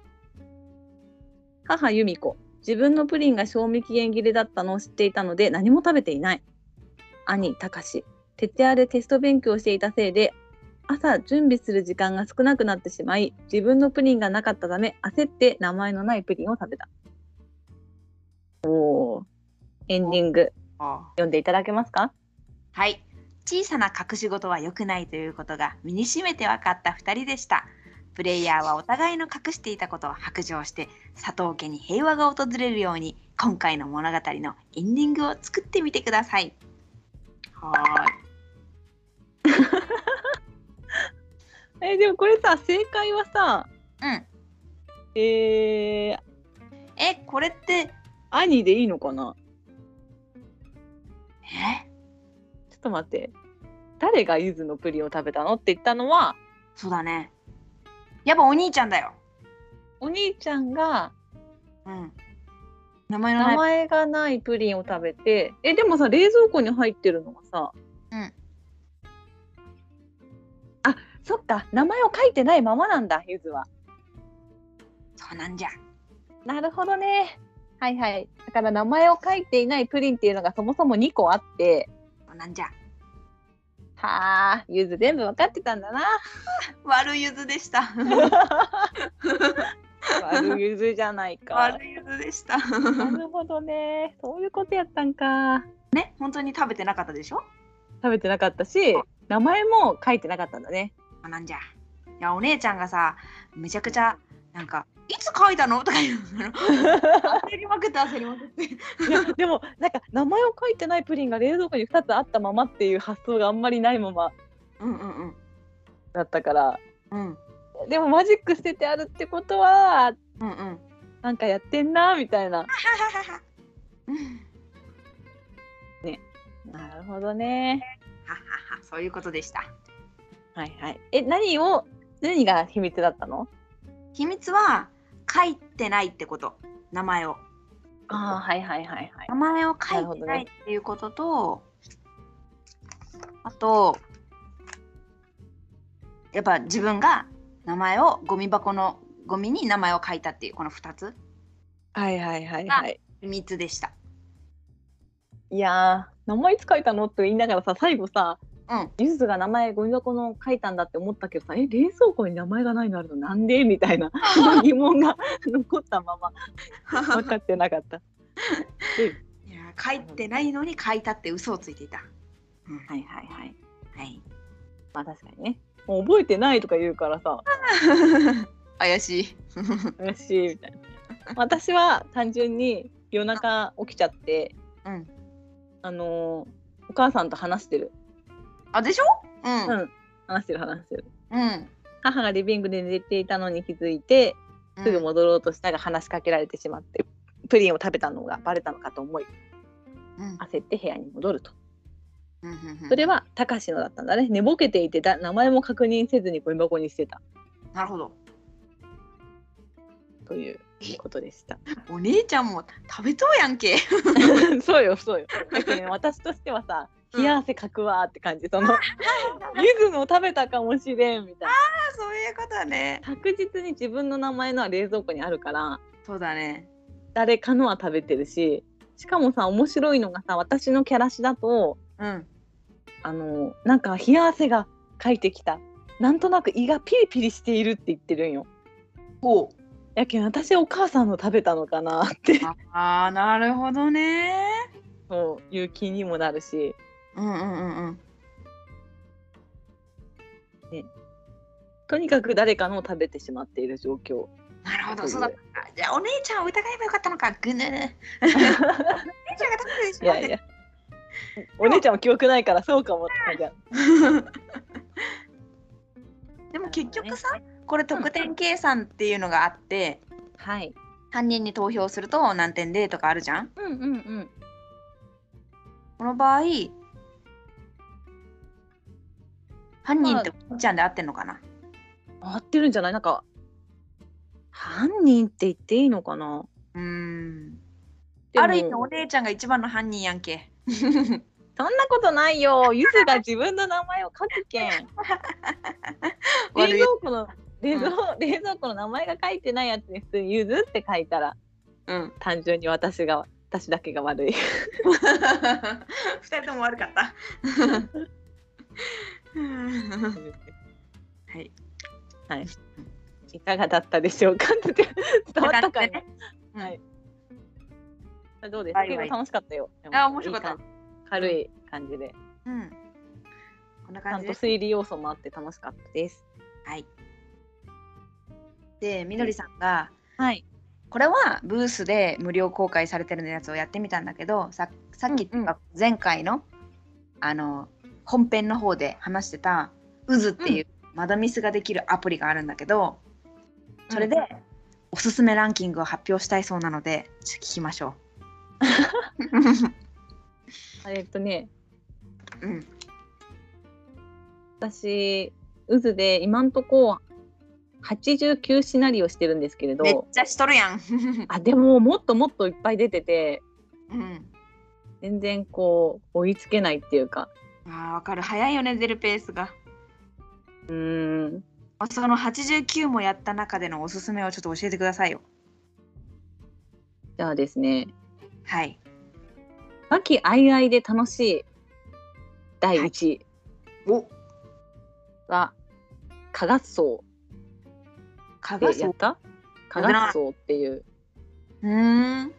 Speaker 2: 母由美子自分のプリンが賞味期限切れだったのを知っていたので何も食べていない兄隆史徹夜でテスト勉強していたせいで朝準備する時間が少なくなってしまい自分のプリンがなかったため焦って名前のないプリンを食べたおーエンディング
Speaker 1: あ
Speaker 2: 読んでいただけますか
Speaker 1: はい小さな隠し事は良くないということが身にしめて分かった2人でしたプレイヤーはお互いの隠していたことを白状して佐藤家に平和が訪れるように今回の物語のエンディングを作ってみてくださいはーい
Speaker 2: えーでもこれさ正解はさ
Speaker 1: うん
Speaker 2: えー、
Speaker 1: えこれって
Speaker 2: 兄でいいのかな
Speaker 1: え
Speaker 2: ちょっと待って誰がゆずのプリンを食べたのって言ったのは
Speaker 1: そうだねやっぱお兄ちゃんだよ
Speaker 2: お兄ちゃんが
Speaker 1: うん名前の
Speaker 2: 名
Speaker 1: ない
Speaker 2: 前がないプリンを食べてえでもさ冷蔵庫に入ってるのがさ
Speaker 1: うん
Speaker 2: あそっか名前を書いてないままなんだゆずは
Speaker 1: そうなんじゃ
Speaker 2: なるほどねはいはいだから名前を書いていないプリンっていうのがそもそも2個あって
Speaker 1: そうなんじゃ
Speaker 2: はあゆず全部分かってたんだな
Speaker 1: 悪いゆずでした
Speaker 2: 悪ゆずじゃないか
Speaker 1: 悪いゆずでした
Speaker 2: なるほどねそういうことやったんか
Speaker 1: 本当に食べてなかったでしょ
Speaker 2: 食べてなかったし名前も書いてなかったんだね
Speaker 1: あなんじゃいやお姉ちゃんがさめちゃくちゃなんか「いつ書いたの?」とか言うの焦りまくって焦りまくって
Speaker 2: いや でもなんか名前を書いてないプリンが冷蔵庫に2つあったままっていう発想があんまりないまま
Speaker 1: うんうんうん
Speaker 2: だったから
Speaker 1: うん
Speaker 2: でもマジック捨ててあるってことは
Speaker 1: うんうんは
Speaker 2: なんかやってんなみたいな
Speaker 1: はははうん
Speaker 2: なるほどね
Speaker 1: はははそういうことでした
Speaker 2: はいはいえ何を何が秘密だったの
Speaker 1: 秘密は書いてないってこと名前を
Speaker 2: ああはいはいはいはい
Speaker 1: 名前を書いてないっていうことと、あとやっぱ自分が名前をゴミ箱のゴミに名前を書いたっていうこの2つ
Speaker 2: はいはいはいはい
Speaker 1: 秘密でした
Speaker 2: いやー名前いつ書いたのって言いながらさ最後さ
Speaker 1: うん
Speaker 2: ゆずが名前ゴミ箱の書いたんだって思ったけどさえ冷蔵庫に名前がないのあるのなんでみたい な疑問が残ったま ま分かってなかった。
Speaker 1: いや書いてないのに書いたって嘘をついていた、うん
Speaker 2: はいはいはい。
Speaker 1: はい
Speaker 2: まあ確かにね。もう覚えてないとか言うからさ、
Speaker 1: 怪しい
Speaker 2: 嬉しいみたいな。私は単純に夜中起きちゃって、
Speaker 1: うん
Speaker 2: あのーお母さんと話してる。
Speaker 1: あでしょうん
Speaker 2: うん話してる話してる。
Speaker 1: うん、
Speaker 2: 母がリビングで寝ていたのに気づいて、
Speaker 1: うん、
Speaker 2: すぐ戻ろうとしたが話しかけられてしまって、プリンを食べたのがバレたのかと思い、
Speaker 1: うん
Speaker 2: 焦って部屋に戻ると。
Speaker 1: うんうんうん
Speaker 2: それはたかしのだったんだね。寝ぼけていてだ名前も確認せずにゴミ箱にしてた
Speaker 1: なるほど
Speaker 2: ということでした。
Speaker 1: お姉ちゃんも食べとうやんけ
Speaker 2: そうよそうよ。だ けどね、私としてはさ
Speaker 1: うん
Speaker 2: 冷や汗かくわーって感じそ のゆずの食べたかもしれんみたいな
Speaker 1: そういうことね
Speaker 2: 確実に自分の名前のは冷蔵庫にあるから
Speaker 1: そうだね
Speaker 2: 誰かのは食べてるししかもさ面白いのがさ私のキャラ詞だと
Speaker 1: うん
Speaker 2: あのなんか冷や汗がかいてきたなんとなく胃がピリピリしているって言ってるんよ。
Speaker 1: ほう
Speaker 2: やけん私お母さんの食べたのかなって
Speaker 1: ああなるほどね
Speaker 2: そういう気にもなるし
Speaker 1: うんうんうんうん
Speaker 2: とにかく誰かのを食べてしまっている状況。
Speaker 1: なるほ
Speaker 2: とい
Speaker 1: ど
Speaker 2: う
Speaker 1: そうだったじゃあお姉ちゃんを疑えばよかったのかぐ ぬぬお姉ちゃんが食べてし
Speaker 2: い
Speaker 1: まっ
Speaker 2: や
Speaker 1: て
Speaker 2: いや。 お姉ちゃんも記憶ないからそうかもって感
Speaker 1: でも結局さ、これ得点計算っていうのがあって、
Speaker 2: じ。はい。
Speaker 1: 犯人に投票すると何点でとかあるじゃん
Speaker 2: うんうんうん。
Speaker 1: この場合犯人っておっちゃんで合ってんのかな
Speaker 2: 合ってるんじゃないなんか犯人って言っていいのかな
Speaker 1: うーん
Speaker 2: でも
Speaker 1: ある意味お姉ちゃんが一番の犯人やんけ
Speaker 2: そんなことないよ。ゆずが自分の名前を書くけん。冷
Speaker 1: 悪い
Speaker 2: 蔵庫の冷蔵冷蔵庫の名前が書いてないやつに普通にゆずって書いたら
Speaker 1: うん。
Speaker 2: 単純に私が私だけが 悪い
Speaker 1: 二人とも悪かった。はい。
Speaker 2: いかがだったでしょうかって伝わったか
Speaker 1: よ
Speaker 2: な
Speaker 1: ね。うん
Speaker 2: はいどうです
Speaker 1: は
Speaker 2: か
Speaker 1: いはい
Speaker 2: 結構楽しかったよ
Speaker 1: あ面白かった
Speaker 2: いい感じ軽い感じで
Speaker 1: うん。こんな
Speaker 2: ちゃ
Speaker 1: 感
Speaker 2: ん
Speaker 1: じ
Speaker 2: と
Speaker 1: です。
Speaker 2: 推理要素もあって楽しかったです
Speaker 1: はい。で、みどりさんが、
Speaker 2: はい
Speaker 1: これはブースで無料公開されてるやつをやってみたんだけど、ささっきっていうか前回の、あの、本編の方で話してた、渦っていう、マダミスができるアプリがあるんだけど、それで、おすすめランキングを発表したいそうなので、ちょっと聞きましょ う。
Speaker 2: えっとね
Speaker 1: うん。
Speaker 2: 私渦で今んとこ89シナリオしてるんですけれ
Speaker 1: めっ
Speaker 2: ど
Speaker 1: ちゃしとるやん。
Speaker 2: あでももっともっといっぱい出てて
Speaker 1: うん。
Speaker 2: 全然こう追いつけないっていうか
Speaker 1: ああ、わかる。早いよね、出るペースが。
Speaker 2: うーん
Speaker 1: その89もやった中でのおすすめをちょっと教えてくださいよ。
Speaker 2: じゃあですね
Speaker 1: はい。
Speaker 2: 和気あいあいで楽しい第1位
Speaker 1: お
Speaker 2: は加賀荘
Speaker 1: 加賀
Speaker 2: でやっ
Speaker 1: 荘。
Speaker 2: た加賀荘っていう
Speaker 1: うーん。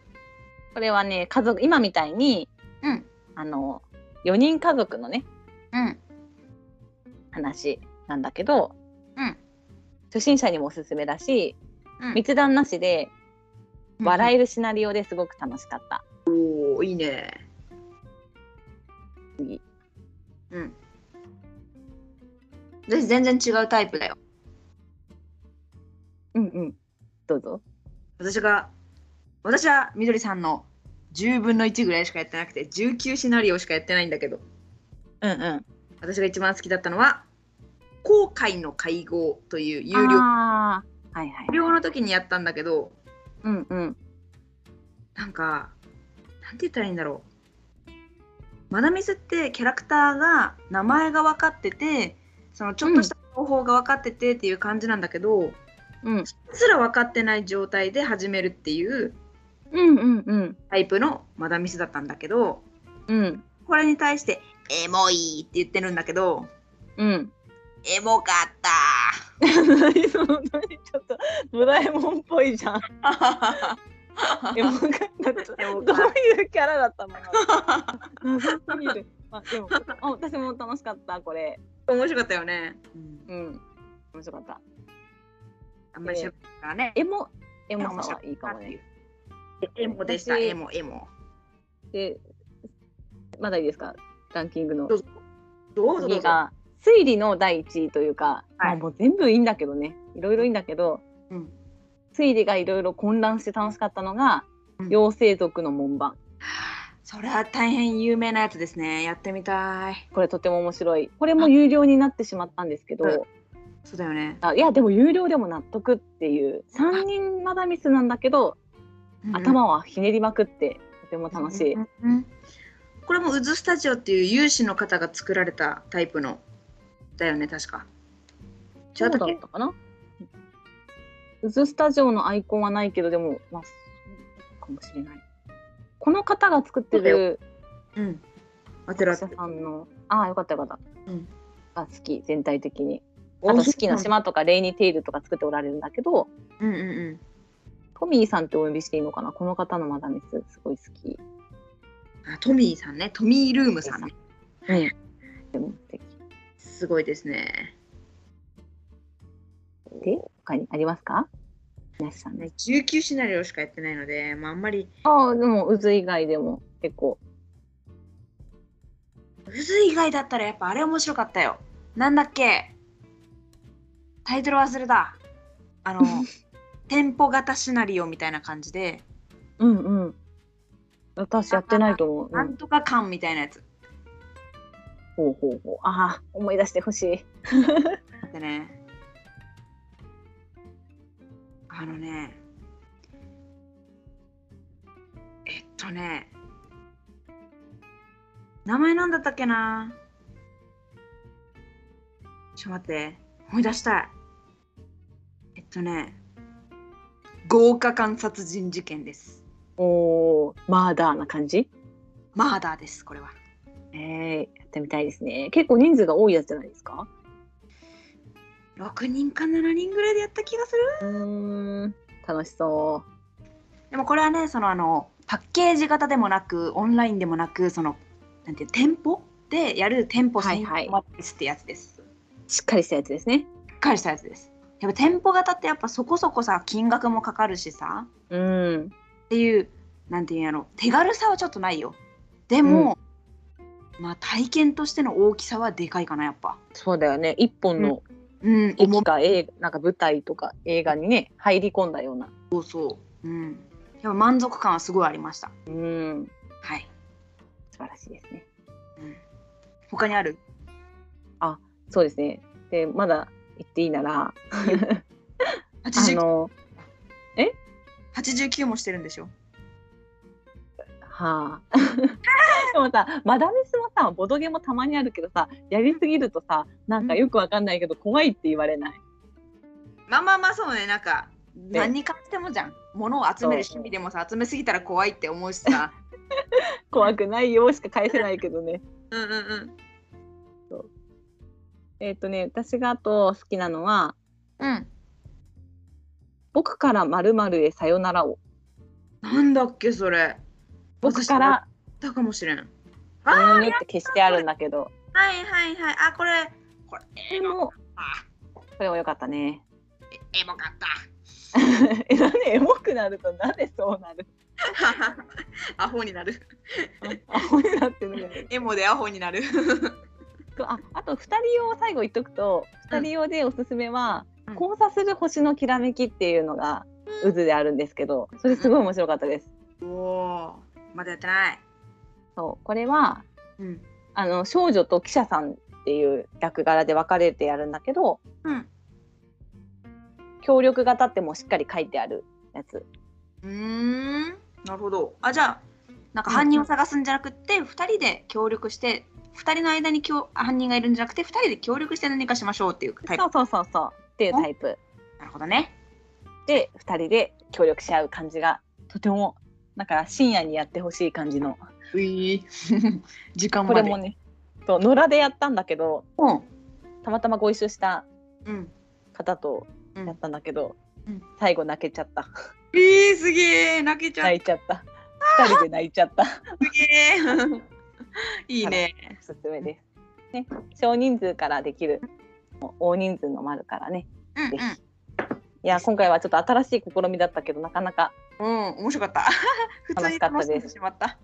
Speaker 2: これはね家族今みたいに、
Speaker 1: うん
Speaker 2: あの4人家族のね
Speaker 1: うん。
Speaker 2: 話なんだけど、
Speaker 1: うん
Speaker 2: 初心者にもおすすめだし
Speaker 1: うん
Speaker 2: 密談なしで笑えるシナリオですごく楽しかった。
Speaker 1: おーいいね。
Speaker 2: 次
Speaker 1: うん。私全然違うタイプだよ。
Speaker 2: うんうん、どうぞ。
Speaker 1: 私が、私はみどりさんの10分の1ぐらいしかやってなくて、19シナリオしかやってないんだけど、
Speaker 2: うんうん。
Speaker 1: 私が一番好きだったのは、後悔の会合という有料。
Speaker 2: あーはいはい
Speaker 1: 無。料の時にやったんだけど、
Speaker 2: うんうん。
Speaker 1: なんか、なんて言ったらいいんだろう。マダミスってキャラクターが名前が分かってて、そのちょっとした情報が分かっててっていう感じなんだけど、
Speaker 2: うん
Speaker 1: すら分かってない状態で始めるっていう
Speaker 2: うんうんうん。
Speaker 1: タイプのマダミスだったんだけど、
Speaker 2: うん
Speaker 1: これに対して、エモいって言ってるんだけど、
Speaker 2: うん。
Speaker 1: エモかっ
Speaker 2: 何その何ちょっとドラえもんっぽいじ ゃん。
Speaker 1: た
Speaker 2: エモかったど
Speaker 1: エモ
Speaker 2: う
Speaker 1: かった
Speaker 2: いうキャラだ ったの謎すぎる。まあでもあ私も楽しかったこれ。
Speaker 1: 面白かったよね。
Speaker 2: うん。面白かった。
Speaker 1: あんまりしゃべからね。
Speaker 2: エモエモさはいいかもね。。
Speaker 1: エモでした、
Speaker 2: 私
Speaker 1: エモ、エモ。
Speaker 2: でまだいいですかランキングの
Speaker 1: どうぞ。どうぞど
Speaker 2: 次
Speaker 1: うぞ。
Speaker 2: が推理の第一位というか、
Speaker 1: はい
Speaker 2: まあもう全部いいんだけどねいろいろいいんだけど
Speaker 1: うん
Speaker 2: 推理がいろいろ混乱して楽しかったのが、
Speaker 1: うん
Speaker 2: 妖精族の門番
Speaker 1: それは大変有名なやつですね。やってみたい。
Speaker 2: これとても面白いこれも有料になってしまったんですけど、
Speaker 1: うんそうだよね。
Speaker 2: あいやでも有料でも納得っていう3人まだミスなんだけど、頭はひねりまくってとても楽しい、
Speaker 1: うんうんこれも渦スタジオっていう有志の方が作られたタイプのだよね、確か。違
Speaker 2: そ
Speaker 1: っ
Speaker 2: う
Speaker 1: た
Speaker 2: だ
Speaker 1: っ
Speaker 2: っ
Speaker 1: け
Speaker 2: たかな渦スタジオのアイコンはないけどでもまあそうかもしれないこの方が作って
Speaker 1: そうだ
Speaker 2: る
Speaker 1: うん。当て
Speaker 2: 役
Speaker 1: ら
Speaker 2: 者さんのああよかったよかった、
Speaker 1: うん
Speaker 2: が好き全体的にあと「四季の島」とか「レイニー・テイル」とか作っておられるんだけど
Speaker 1: うんうんうん。
Speaker 2: トミーさんってお呼びしていいのかなこの方のマダミスすごい好き
Speaker 1: あトミーさんね、トミールームさんね。
Speaker 2: はいでも素敵
Speaker 1: すごいですね。
Speaker 2: で他にありますか皆さんね
Speaker 1: ね19シナリオしかやってないので、まあ、あんまり
Speaker 2: ああでも渦以外でも結構
Speaker 1: 渦以外だったらやっぱあれ面白かったよ。なんだっけタイトル忘れた。あの、テンポ型シナリオみたいな感じで、
Speaker 2: うんうん私やってないと思う、う
Speaker 1: なんんとか感みたいなやつ。
Speaker 2: ほうほうほう。ああ、思い出してほしい。
Speaker 1: でね、あのね、えっとね、名前なんだったっけなちょっと待って、思い出したい。えっとね、豪華間殺人事件です。
Speaker 2: おーマーダーな感じ
Speaker 1: マーダーです、これは。
Speaker 2: えー、やってみたいですね。結構人数が多いやつじゃないですか
Speaker 1: 6人か7人ぐらいでやった気がする。
Speaker 2: うーん、楽しそ
Speaker 1: でもこれはね、そのあの、パッケージ型でもなく、オンラインでもなく、その、なんていう、店舗でやる店舗専
Speaker 2: はいはい
Speaker 1: 用マッチってやつです。
Speaker 2: う。しっかりしたやつですね。
Speaker 1: しっかりしたやつです。やっぱ店舗型ってやっぱそこそこさ、金額もかかるしさ、
Speaker 2: うん。
Speaker 1: っていう、なんていうんやろ、手軽さはちょっとないよ。でも、まあ体験としての大きさはでかいかな、やっぱ。
Speaker 2: そうだよね。一本の
Speaker 1: うん、重
Speaker 2: 劇か映画、なんか舞台とか映画にね、入り込んだような。
Speaker 1: うん、やっぱ満足感はすごいありました。
Speaker 2: うん。
Speaker 1: はい。
Speaker 2: 素晴らしいですね。
Speaker 1: うん、他にある？
Speaker 2: そうですね。で、まだ言っていいなら、
Speaker 1: 八
Speaker 2: あ
Speaker 1: 十
Speaker 2: の、
Speaker 1: 八十九もしてるんでしょ？
Speaker 2: はあ。 でもさ、マダミスもさ、ボドゲもたまにあるけどさ、やりすぎるとさ、なんかよくわかんないけど、怖いって言われない。
Speaker 1: まあまあまあそうねなんか何に関してもじゃん。物を集める趣味でもさ集めすぎたら怖いって思うしさ。
Speaker 2: 怖くないよしか返せないけどね。
Speaker 1: うんうんうん。
Speaker 2: えっとね、私があと好きなのは、
Speaker 1: うん。
Speaker 2: 僕から〇〇へさよならを。
Speaker 1: なんだっけそれ。
Speaker 2: 僕から、
Speaker 1: だかもしれん。はい
Speaker 2: ご
Speaker 1: あ
Speaker 2: めんねって消してあるんだけど、
Speaker 1: はいはい。あこれこれ
Speaker 2: でも、
Speaker 1: あ
Speaker 2: これは良かったね。
Speaker 1: エモ かった。
Speaker 2: え、なんでエモくなるとなんでそう なる
Speaker 1: アホになる。
Speaker 2: アホになってるよね
Speaker 1: エモでアホになる。
Speaker 2: ああと2人用を最後言っとくと2人用でおすすめは
Speaker 1: うん
Speaker 2: 「交差する星のきらめき」っていうのが渦であるんですけどそれすごい面白かったです。
Speaker 1: おおまだやってない。
Speaker 2: そうこれは
Speaker 1: うん。
Speaker 2: あの少女と記者さんっていう役柄で分かれてやるんだけど
Speaker 1: うん。
Speaker 2: 協力型ってもうしっかり書いてあるやつ。
Speaker 1: うーんなるほどあじゃあなんか犯人を探すんじゃなくって、2人で協力して2人の間にきょ犯人がいるんじゃなくて2人で協力して何かしましょうっていうタイプ
Speaker 2: そうそうそうそうっていうタイプ
Speaker 1: なるほどね
Speaker 2: で2人で協力し合う感じがとてもなんか深夜にやってほしい感じの
Speaker 1: うい 時間
Speaker 2: これもねそう野良でやったんだけど
Speaker 1: も
Speaker 2: たまたまご一緒した
Speaker 1: うんうん
Speaker 2: 方と
Speaker 1: うん
Speaker 2: やったんだけど、
Speaker 1: うん
Speaker 2: 最後泣けちゃった
Speaker 1: えー、すげえ泣けちゃ
Speaker 2: 泣
Speaker 1: う
Speaker 2: いちゃった二人で泣いちゃった
Speaker 1: すげえ いいね
Speaker 2: おすすめです、ね、少人数からできる大人数のもあるからね
Speaker 1: うん
Speaker 2: ぜひいや今回はちょっと新しい試みだったけどなかなか
Speaker 1: うん、うん、面白かった 普通に楽しんでしまった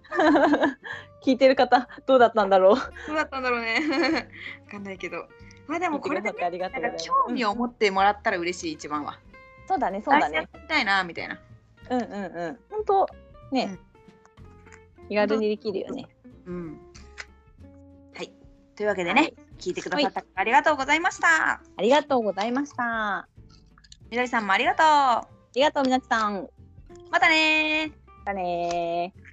Speaker 2: 聞いてる方どうだったんだろう
Speaker 1: どうだったんだろうね わかんないけどまあでもこれで
Speaker 2: 聞いてくださって
Speaker 1: ね
Speaker 2: ありがと
Speaker 1: な
Speaker 2: うんござい
Speaker 1: か
Speaker 2: ます
Speaker 1: 興味を持ってもらったら嬉しい一番は
Speaker 2: うんそうだねそう
Speaker 1: や
Speaker 2: だ
Speaker 1: っ
Speaker 2: ね
Speaker 1: てみたいなみたいな
Speaker 2: うんうんうん本当ね、気軽にできるよね
Speaker 1: うん。はい。というわけでね、
Speaker 2: はい
Speaker 1: 聞いてくださった方ありがとうございました。
Speaker 2: ありがとうございましたあ
Speaker 1: みどりさんもありがと
Speaker 2: りがとうみなちさん
Speaker 1: う。またねー。
Speaker 2: だねー